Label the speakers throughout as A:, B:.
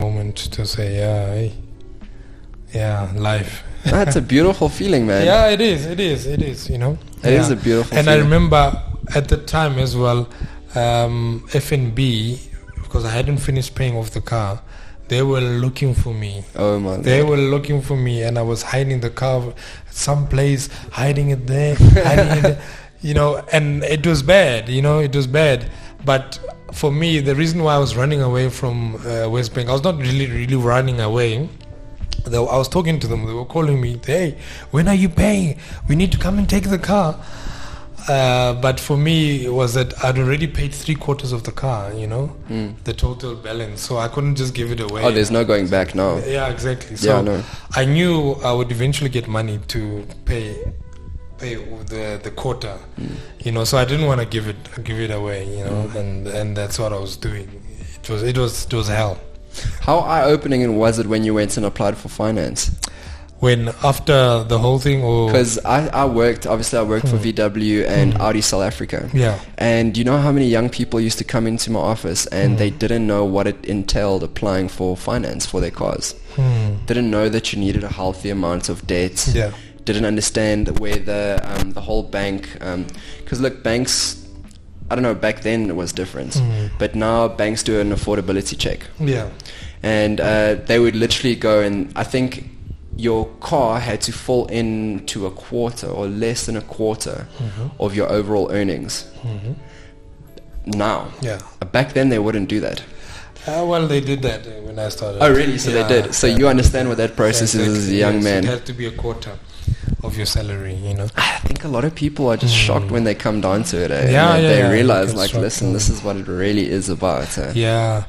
A: and to say, yeah, hey, yeah, life.
B: That's a beautiful feeling, man.
A: Yeah, it is. It is. It is. You know,
B: It
A: It
B: is
A: is
B: a beautiful
A: And I
B: feeling.
A: remember at the time as well, um, FNB because I hadn't finished paying off the car. They were looking for me.
B: Oh my
A: They
B: God.
A: were looking for me, and I was hiding the car some place, hiding it there, hiding it, there, you know. And it was bad, you know, it was bad. But for me, the reason why I was running away from uh, West Bank, I was not really, really running away. Though I was talking to them, they were calling me, "Hey, when are you paying? We need to come and take the car." Uh, but for me, it was that I'd already paid three quarters of the car, you know, the total balance, so I couldn't just give it away.
B: Oh, there's no going back now.
A: Yeah, exactly. So
B: Yeah, I know.
A: I knew I would eventually get money to pay pay the the quota,
B: Mm.
A: you know. So I didn't want to give it give it away, you know. And and that's what I was doing. It was it was it was hell.
B: How eye-opening it was it when you went and applied for finance?
A: When after the whole thing, or
B: Because I, I worked, obviously I worked for VW and Audi South Africa.
A: Hmm. yeah,
B: And you know how many young people used to come into my office and
A: Hmm.
B: they didn't know what it entailed applying for finance for their cars. Didn't know that you needed a healthy amount of debt.
A: Hmm. yeah,
B: Didn't understand where the um, the whole bank. Because look, banks. I don't know. Back then it was different, but now banks do an affordability check,
A: Mm-hmm. yeah,
B: and uh, they would literally go and I think your car had to fall into a quarter or less than a quarter
A: Mm-hmm.
B: of your overall earnings. Now,
A: yeah.
B: back then they wouldn't do that.
A: Uh, well, they did that uh, when I started.
B: Oh, really? So
A: Yeah,
B: they did. So
A: yeah.
B: you understand what that
A: Yeah,
B: process is as a
A: exactly.
B: young
A: Yes, It
B: man.
A: had to be a quarter of your salary, you know.
B: I think a lot of people are just shocked when they come down to it. Eh?
A: Hmm. Yeah,
B: And
A: yeah,
B: they
A: yeah,
B: realize,
A: it's
B: like,
A: shocking.
B: listen, this is what it really is about. eh?
A: Yeah,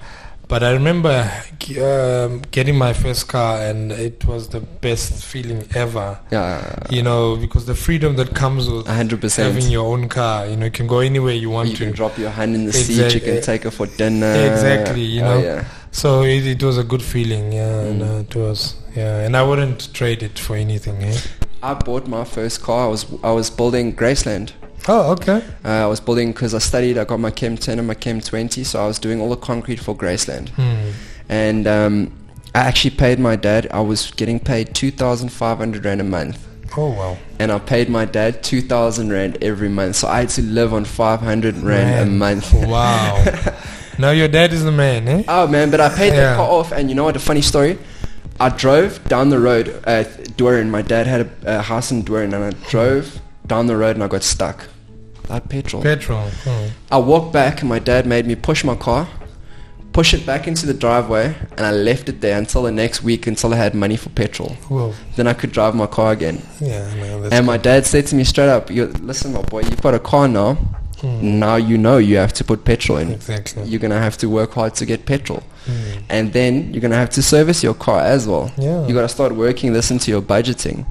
A: but I remember g- um, getting my first car, and it was the best feeling ever.
B: Yeah,
A: You know, because the freedom that comes with
B: a hundred percent.
A: having your own car. You know, you can go anywhere you want
B: You
A: to.
B: can drop your hand in the seat. You
A: Exact-
B: can take her for dinner.
A: Exactly, you
B: Oh,
A: know.
B: yeah.
A: So it, it was a good feeling. Yeah,
B: Mm.
A: and, uh, it was. Yeah, and I wouldn't trade it for anything. Eh?
B: I bought my first car. I was I was building Graceland.
A: Oh, okay.
B: Uh, I was building because I studied. I got my Chem 10 and my Chem 20, so I was doing all the concrete for Graceland.
A: Hmm.
B: And um, I actually paid my dad. I was getting paid two thousand five hundred rand a month.
A: Oh wow.
B: and I paid my dad 2,000 rand every month. So I had to live on 500 rand a
A: Man.
B: month.
A: Wow. now your dad is the man, eh?
B: Oh man, but I paid that
A: Yeah.
B: car off and you know what, a funny story? I drove down the road at Dweren. My dad had a, a house in Dweren and I drove down the road and I got stuck. I had petrol.
A: Petrol. Hmm.
B: I walked back and my dad made me push my car, push it back into the driveway and I left it there until the next week until I had money for petrol.
A: Whoa.
B: Then I could drive my car again.
A: Yeah. No, that's
B: And my dad said to me straight up, you, listen, my boy, you've got a car now.
A: Hmm.
B: Now you know you have to put petrol in.
A: Exactly.
B: You're going to have to work hard to get petrol.
A: Hmm.
B: And then you're going to have to service your car as well.
A: Yeah.
B: you got to start working this into your budgeting.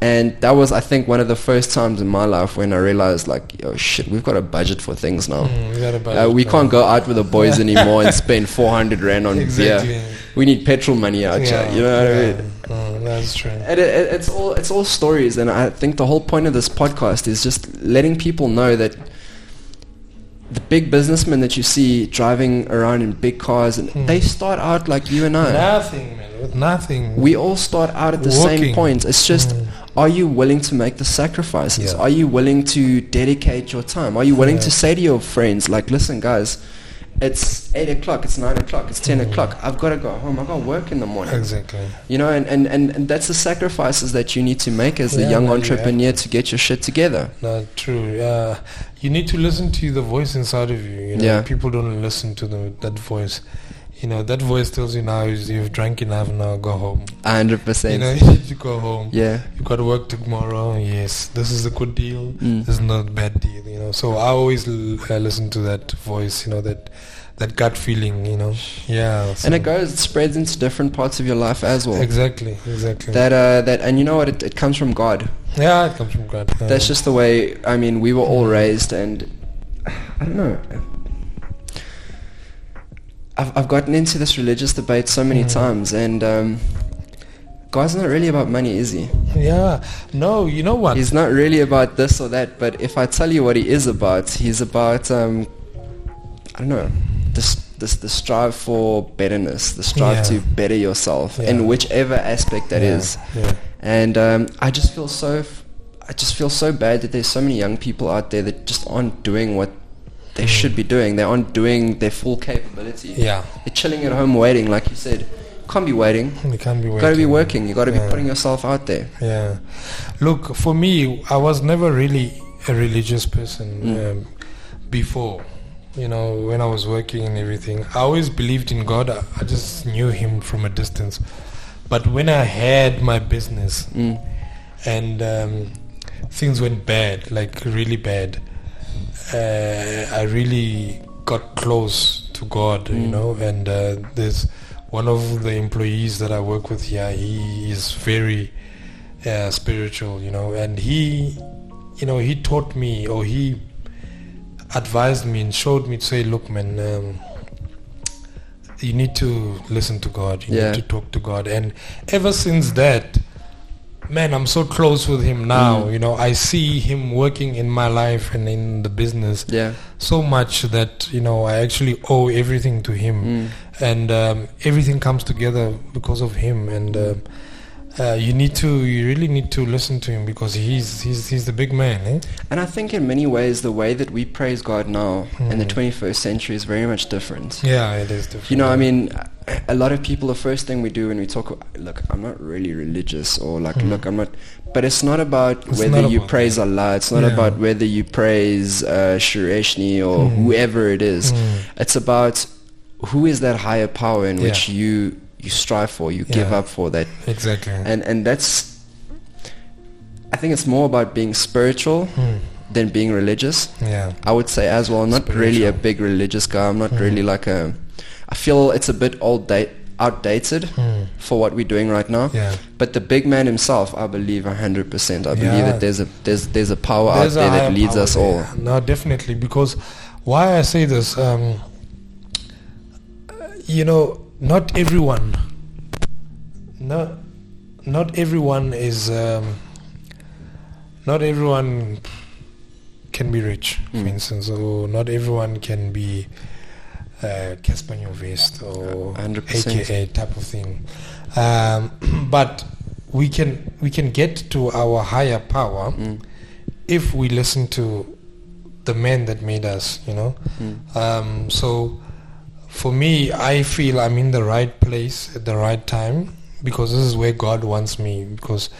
B: And that was, I think, one of the first times in my life when I realized, like, oh shit, we've got a budget for things now.
A: Mm, we gotta buy
B: Uh,
A: it
B: we
A: now.
B: can't go out with the boys anymore and spend 400 rand on
A: exactly.
B: beer. We need petrol money out here. You know what I mean?
A: yeah. Mm, that's true.
B: And it, it, it's all it's all stories, and I think the whole point of this podcast is just letting people know that the big businessmen that you see driving around in big cars, and
A: Hmm.
B: they start out like you and I.
A: Nothing, man. With nothing.
B: We all start out at the same
A: Working.
B: point. It's just, are you willing to make the sacrifices?
A: Mm. Yeah.
B: Are you willing to dedicate your time? Are you willing
A: Yeah.
B: to say to your friends, like, listen, guys, it's eight o'clock, it's nine o'clock, it's ten o'clock. I've got to go home. I've got to work in the morning.
A: Mm. exactly.
B: You know, and, and, and, and that's the sacrifices that you need to make as a
A: Yeah,
B: young
A: man, you have
B: entrepreneur to get your shit together.
A: Not true. Uh, you need to listen to the voice inside of you. You know,
B: Yeah.
A: people don't listen to the, that voice. You know, that voice tells you now is you've drank enough now, go home.
B: A
A: You
B: hundred
A: know,
B: percent.
A: you need to go home.
B: Yeah.
A: You got to work tomorrow. Yes, this is a good deal.
B: Mm.
A: This is not a bad deal. You know, so I always l- uh, listen to that voice. You know that that gut feeling. You know, yeah. so-
B: And it goes, it spreads into different parts of your life as well.
A: Exactly, exactly.
B: That, uh, that, and you know what? It, it comes from God.
A: yeah, it comes from God. Yeah.
B: That's just the way. I mean, we were all raised, and I don't know. I've I've gotten into this religious debate so many
A: Mm.
B: times, and um, God's not really about money, is he?
A: yeah. No, you know what?
B: He's not really about this or that, but if I tell you what he is about, he's about um, I don't know, just this the strive for betterness, the strive
A: Yeah.
B: to better yourself
A: Yeah.
B: in whichever aspect that
A: Yeah,
B: is.
A: Yeah.
B: And um, I just feel so, f- I just feel so bad that there's so many young people out there that just aren't doing what they
A: Mm.
B: should be doing. They aren't doing their full capability.
A: Yeah.
B: They're chilling at home waiting, like you said. Can't be waiting.
A: You can't be working.
B: You Got to be working. You got to be
A: Yeah.
B: putting yourself out there.
A: Yeah. Look, for me, I was never really a religious person
B: Mm.
A: um, before. You know, when I was working and everything, I always believed in God. I, I just knew Him from a distance. But when I had my business
B: Mm.
A: and um, things went bad, like really bad, uh, I really got close to God, you
B: Mm.
A: know. And uh, there's one of the employees that I work with here. He is very uh, spiritual, you know, and he, you know, he taught me or he advised me and showed me to say, look, man. Um, you need to listen to God. You
B: Yeah.
A: need to talk to God. And ever since that, man, I'm so close with him now.
B: Mm.
A: You know, I see him working in my life and in the business
B: Yeah.
A: so much that you know I actually owe everything to him
B: Mm.
A: and um, everything comes together because of him. And uh, uh, you need to, you really need to listen to him because he's he's he's the big man. Eh?
B: And I think in many ways, the way that we praise God now in the
A: Mm.
B: 21st century is very much different.
A: Yeah, it is different.
B: You know, I mean, a lot of people, the first thing we do when we talk, look, I'm not really religious or like,
A: Mm.
B: look, I'm not, but it's not about
A: It's
B: whether
A: not
B: you
A: about
B: praise Allah. It's not
A: Yeah.
B: about whether you praise uh, Shureshni or
A: Mm.
B: whoever it is.
A: Mm.
B: It's about who is that higher power in which you, you strive for, you give
A: Yeah.
B: up for that.
A: exactly.
B: And, and that's, I think it's more about being spiritual
A: Mm.
B: than being religious.
A: Yeah,
B: I would say as well. I'm not really a
A: Spiritual.
B: big religious guy. I'm not
A: Mm.
B: really like a. I feel it's a bit old date, outdated
A: Mm.
B: for what we're doing right now.
A: yeah.
B: But the big man himself, I believe 100. percent I believe
A: Yeah.
B: that there's a there's there's a power
A: There's
B: out
A: a
B: there
A: higher
B: that leads
A: power
B: us
A: there.
B: all.
A: No, definitely. Because why I say this, um, you know, not everyone, no, not everyone is, um, not everyone can be rich, for
B: Mm.
A: instance, or not everyone can be uh, Casper Vest or
B: 100%.
A: AKA type of thing. Um, but we can we can get to our higher power
B: Mm,
A: if we listen to the man that made us, you know.
B: mm,
A: Um, so for me, I feel I'm in the right place at the right time because this is where God wants me because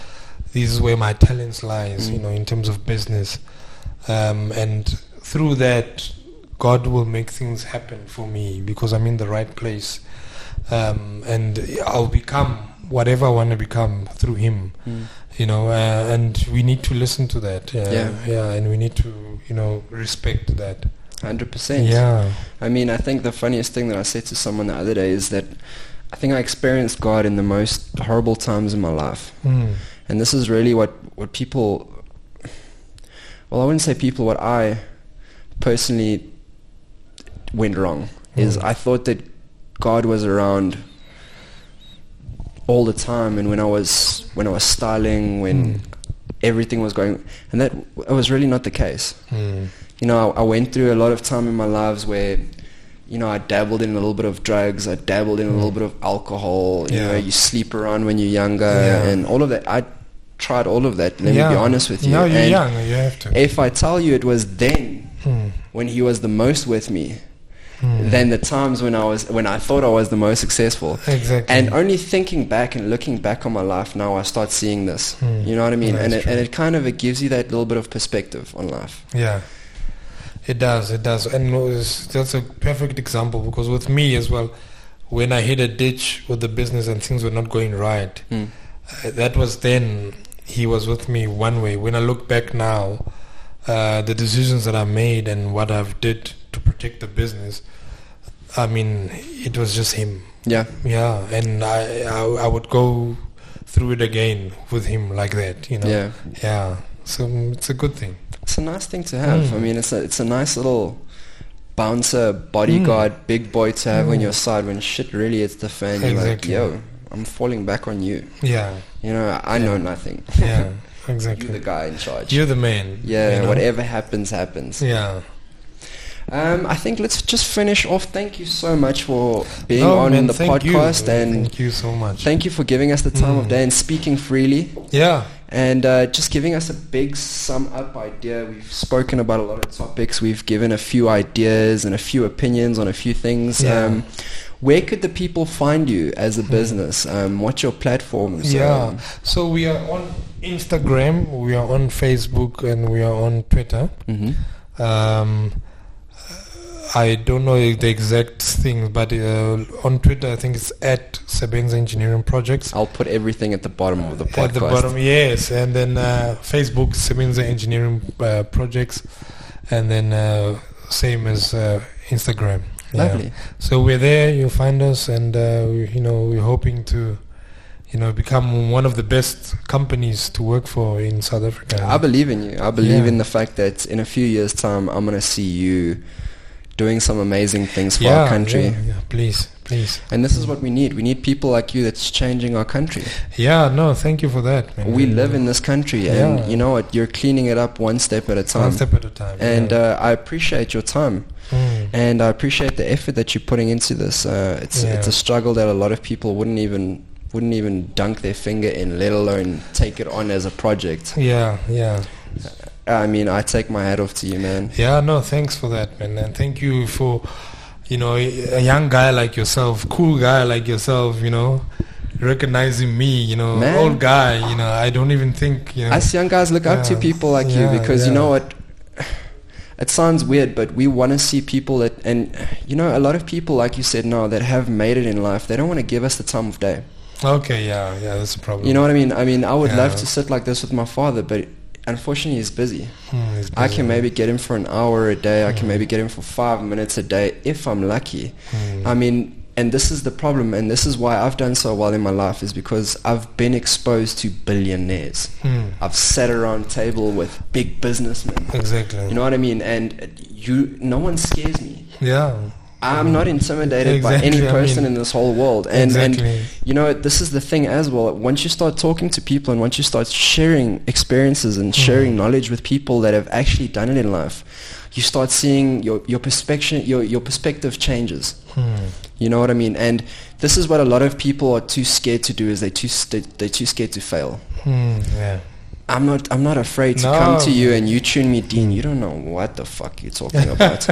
A: this is where my talents lies, you
B: Mm.
A: know, in terms of business. Um, and through that, God will make things happen for me because I'm in the right place. Um, and I'll become whatever I want to become through Him
B: mm.
A: you know, uh, and we need to listen to that. Yeah,
B: Yeah.
A: yeah, and we need to, you know, respect that.
B: 100%.
A: Yeah,
B: I mean, I think the funniest thing that I said to someone the other day is that I think I experienced God in the most horrible times in my life.
A: mm.
B: And this is really what, what people, well, I wouldn't say people, what I personally went wrong is
A: Mm.
B: I thought that God was around all the time and when I was, when I was styling, when
A: Mm.
B: everything was going, and that, that was really not the case
A: Mm.
B: you know, I, I went through a lot of time in my lives where, you know, I dabbled in a little bit of drugs, I dabbled in a little bit of alcohol, you know,
A: Mm. Yeah.
B: you sleep around when you're younger
A: Yeah.
B: and all of that. I tried all of that, let
A: yeah.
B: me be honest with you.
A: No, you're
B: and
A: young. You have to.
B: if I tell you it was then
A: Mm.
B: when he was the most with me,
A: Mm.
B: than the times when I was when I thought I was the most successful.
A: exactly.
B: And only thinking back and looking back on my life now, I start seeing this.
A: Mm.
B: You know what I mean?
A: That's
B: And it,
A: true.
B: and it kind of it gives you that little bit of perspective on life.
A: Yeah, it does. It does, and no, it's- that's a perfect example because with me as well, when I hit a ditch with the business and things were not going right,
B: Mm.
A: uh, that was then. He was with me one way. When I look back now, uh, the decisions that I made and what I've did to protect the business, I mean, it was just him.
B: Yeah.
A: Yeah, and I I, I would go through it again with him like that. You know.
B: Yeah.
A: Yeah. So mm, it's a good thing.
B: It's a nice thing to have.
A: Mm.
B: I mean, it's a it's a nice little bouncer, bodyguard,
A: Hmm.
B: big boy to have on
A: Mm.
B: your side when shit really hits the fan.
A: Exactly.
B: You're like, yo, I'm falling back on you.
A: Yeah.
B: You know, I, I know nothing.
A: Yeah.
B: You're the
A: Exactly.
B: guy in charge.
A: You're the man.
B: yeah,
A: you know?
B: whatever happens, happens.
A: Yeah.
B: Um, I think let's just finish off. Thank you so much for being
A: No,
B: on
A: Oh, man,
B: the
A: thank you.
B: podcast and
A: thank you Hmm. so much.
B: thank you for giving us the time of day and speaking freely
A: yeah,
B: and uh, just giving us a big sum up idea. We've spoken about a lot of topics. We've given a few ideas and a few opinions on a few things.
A: Yeah. Hmm.
B: Um, where could the people find you as a business? Um, what's your platforms?
A: yeah.
B: Um,
A: So we are on Instagram, we are on Facebook, and we are on Twitter.
B: mhm.
A: Um, I don't know the exact thing, but uh, on Twitter I think it's at Sabine's Engineering Projects.
B: I'll put everything at the bottom of the podcast.
A: At the bottom, yes, and then uh, Facebook Semenza Engineering uh, Projects, and then uh, same as uh, Instagram. Yeah.
B: Lovely.
A: So we're there. You'll find us, and uh, we, you know we're hoping to, you know, become one of the best companies to work for in South Africa.
B: I believe in you. I believe
A: Yeah.
B: in the fact that in a few years' time, I'm going to see you doing some amazing things for
A: yeah,
B: our country.
A: Yeah, yeah, please, please.
B: And this is what we need. We need people like you that's changing our country.
A: Yeah, no, thank you for that. man.
B: We live in this country,
A: Yeah.
B: and you know what? You're cleaning it up one step at a time.
A: one step at a time.
B: And
A: yeah.
B: uh, I appreciate your time,
A: Mm.
B: and I appreciate the effort that you're putting into this. Uh, it's
A: Yeah.
B: it's a struggle that a lot of people wouldn't even wouldn't even dunk their finger in, let alone take it on as a project.
A: yeah, yeah.
B: I mean, I take my hat off to you, man.
A: Yeah, no, thanks for that, man, and thank you for, you know, a young guy like yourself, cool guy like yourself, you know, recognizing me, you know,
B: Man.
A: old guy, you know, I don't even think, you know,
B: us young guys look up to
A: Yeah,
B: people like you
A: yeah,
B: because you
A: yeah.
B: know what it sounds weird but we want to see people that and you know a lot of people like you said now that have made it in life they don't want to give us the time of day
A: okay, yeah, yeah, that's a problem.
B: you know what i mean i mean i would love
A: Yeah.
B: to sit like this with my father but unfortunately he's busy
A: Hmm, it's
B: i can
A: busy.
B: maybe get him for an hour a day i can
A: Mm.
B: maybe get him for five minutes a day if i'm lucky
A: Hmm.
B: I mean, and this is the problem, and this is why I've done so well in my life is because I've been exposed to billionaires.
A: Hmm.
B: I've sat around table with big businessmen.
A: exactly.
B: You know what I mean? And you, no one scares me.
A: yeah,
B: I'm not intimidated by any
A: Exactly, I
B: person
A: mean-
B: in this whole world. And, and
A: exactly.
B: you know, this is the thing as well. Once you start talking to people and once you start sharing experiences and sharing knowledge with people that have actually done it in life, you start seeing your, your perspective your, your perspective changes.
A: Hmm.
B: You know what I mean? And this is what a lot of people are too scared to do is they too st- they're too scared to fail.
A: Hmm, yeah.
B: I'm not I'm not afraid to come
A: No.
B: to you and you tune me Dean, you don't know what the fuck you're talking about.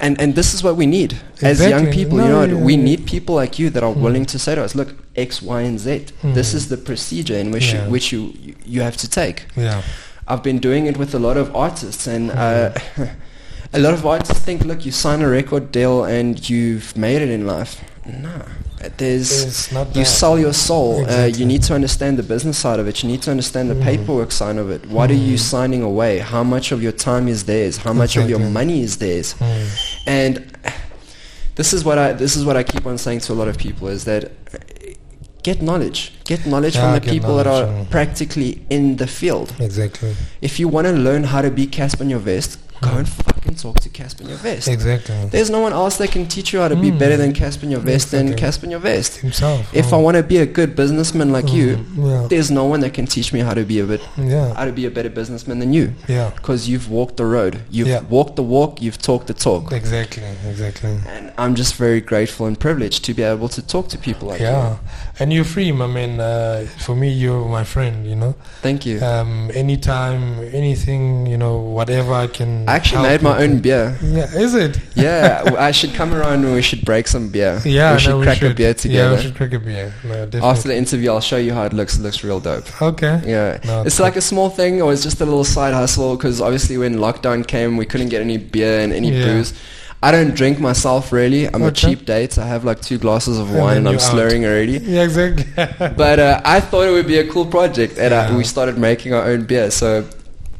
B: and and this is what we need as young
A: Exactly.
B: people,
A: No,
B: you know, what?
A: yeah,
B: we
A: yeah. Hmm.
B: need people like you that are willing to say to us, look, X, Y, and Z. This
A: Mm.
B: is the procedure in which
A: Yeah.
B: you, which you you- you have to take.
A: Yeah.
B: I've been doing it with a lot of artists, and uh, a lot of artists think, look, you sign a record deal and you've made it in life. No, there's
A: It's not
B: you
A: that.
B: sell your soul. Uh, you
A: Exactly.
B: need to understand the business side of it. You need to understand the
A: Mm.
B: paperwork side of it. What are you
A: Mm.
B: signing away? How much of your time is theirs? How much of your
A: Exactly.
B: money is theirs?
A: Hmm.
B: And this is what I this is what I keep on saying to a lot of people is that uh, get knowledge, get knowledge
A: Yeah,
B: from the
A: get
B: people that are
A: knowledge, yeah.
B: practically in the field.
A: Exactly.
B: If you want to learn how to be Casper Vest, go and fucking talk to Casper Vest.
A: Exactly.
B: There's no one else that can teach you how to be
A: Mm.
B: better than Casper Vest than
A: Exactly.
B: Casper Vest.
A: Himself.
B: If I want to be a good businessman like you,
A: Hmm, Yeah.
B: there's no one that can teach me how to be a bit,
A: Yeah.
B: how to be a better businessman than you,
A: Yeah.
B: because you've walked the road, you've
A: Yeah.
B: walked the walk, you've talked the talk,
A: Exactly. Exactly.
B: and I'm just very grateful and privileged to be able to talk to people like
A: yeah
B: you.
A: and you're free my man uh, for me you're my friend you know
B: Thank you.
A: um anytime anything you know whatever i can
B: I actually
A: help
B: made my
A: you
B: own
A: with.
B: beer.
A: yeah is it
B: Yeah, w- I should come around and we should break some beer.
A: yeah
B: we should
A: no,
B: crack
A: we should.
B: a beer together.
A: yeah we should crack a beer no, definitely.
B: After the interview, I'll show you how it looks. It looks real dope.
A: okay
B: Yeah.
A: No,
B: it's like a small thing or it's just a little side hustle because obviously when lockdown came, we couldn't get any beer and any
A: Yeah.
B: booze. I don't drink myself really. I'm a
A: Okay.
B: cheap date. I have like two glasses of
A: And
B: wine
A: then
B: and I'm
A: you're out.
B: slurring already.
A: yeah exactly
B: But uh, I thought it would be a cool project and uh
A: Yeah.
B: we started making our own beer. So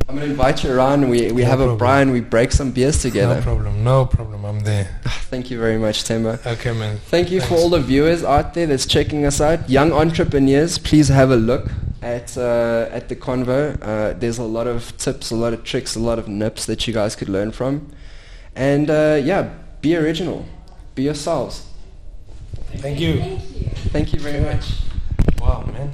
B: I'm going to invite you around. We, we
A: No
B: have a
A: problem.
B: Brian. We break some beers
A: no
B: together.
A: problem no problem i'm there
B: Thank you very much, Timber.
A: okay man
B: Thank you for
A: Thanks.
B: all the viewers out there that's checking us out. Young entrepreneurs, please have a look at uh, at the convo. Uh, there's a lot of tips, a lot of tricks, a lot of nips that you guys could learn from. And uh, yeah, be original, be yourselves.
A: thank you
B: Thank you very much.
A: wow man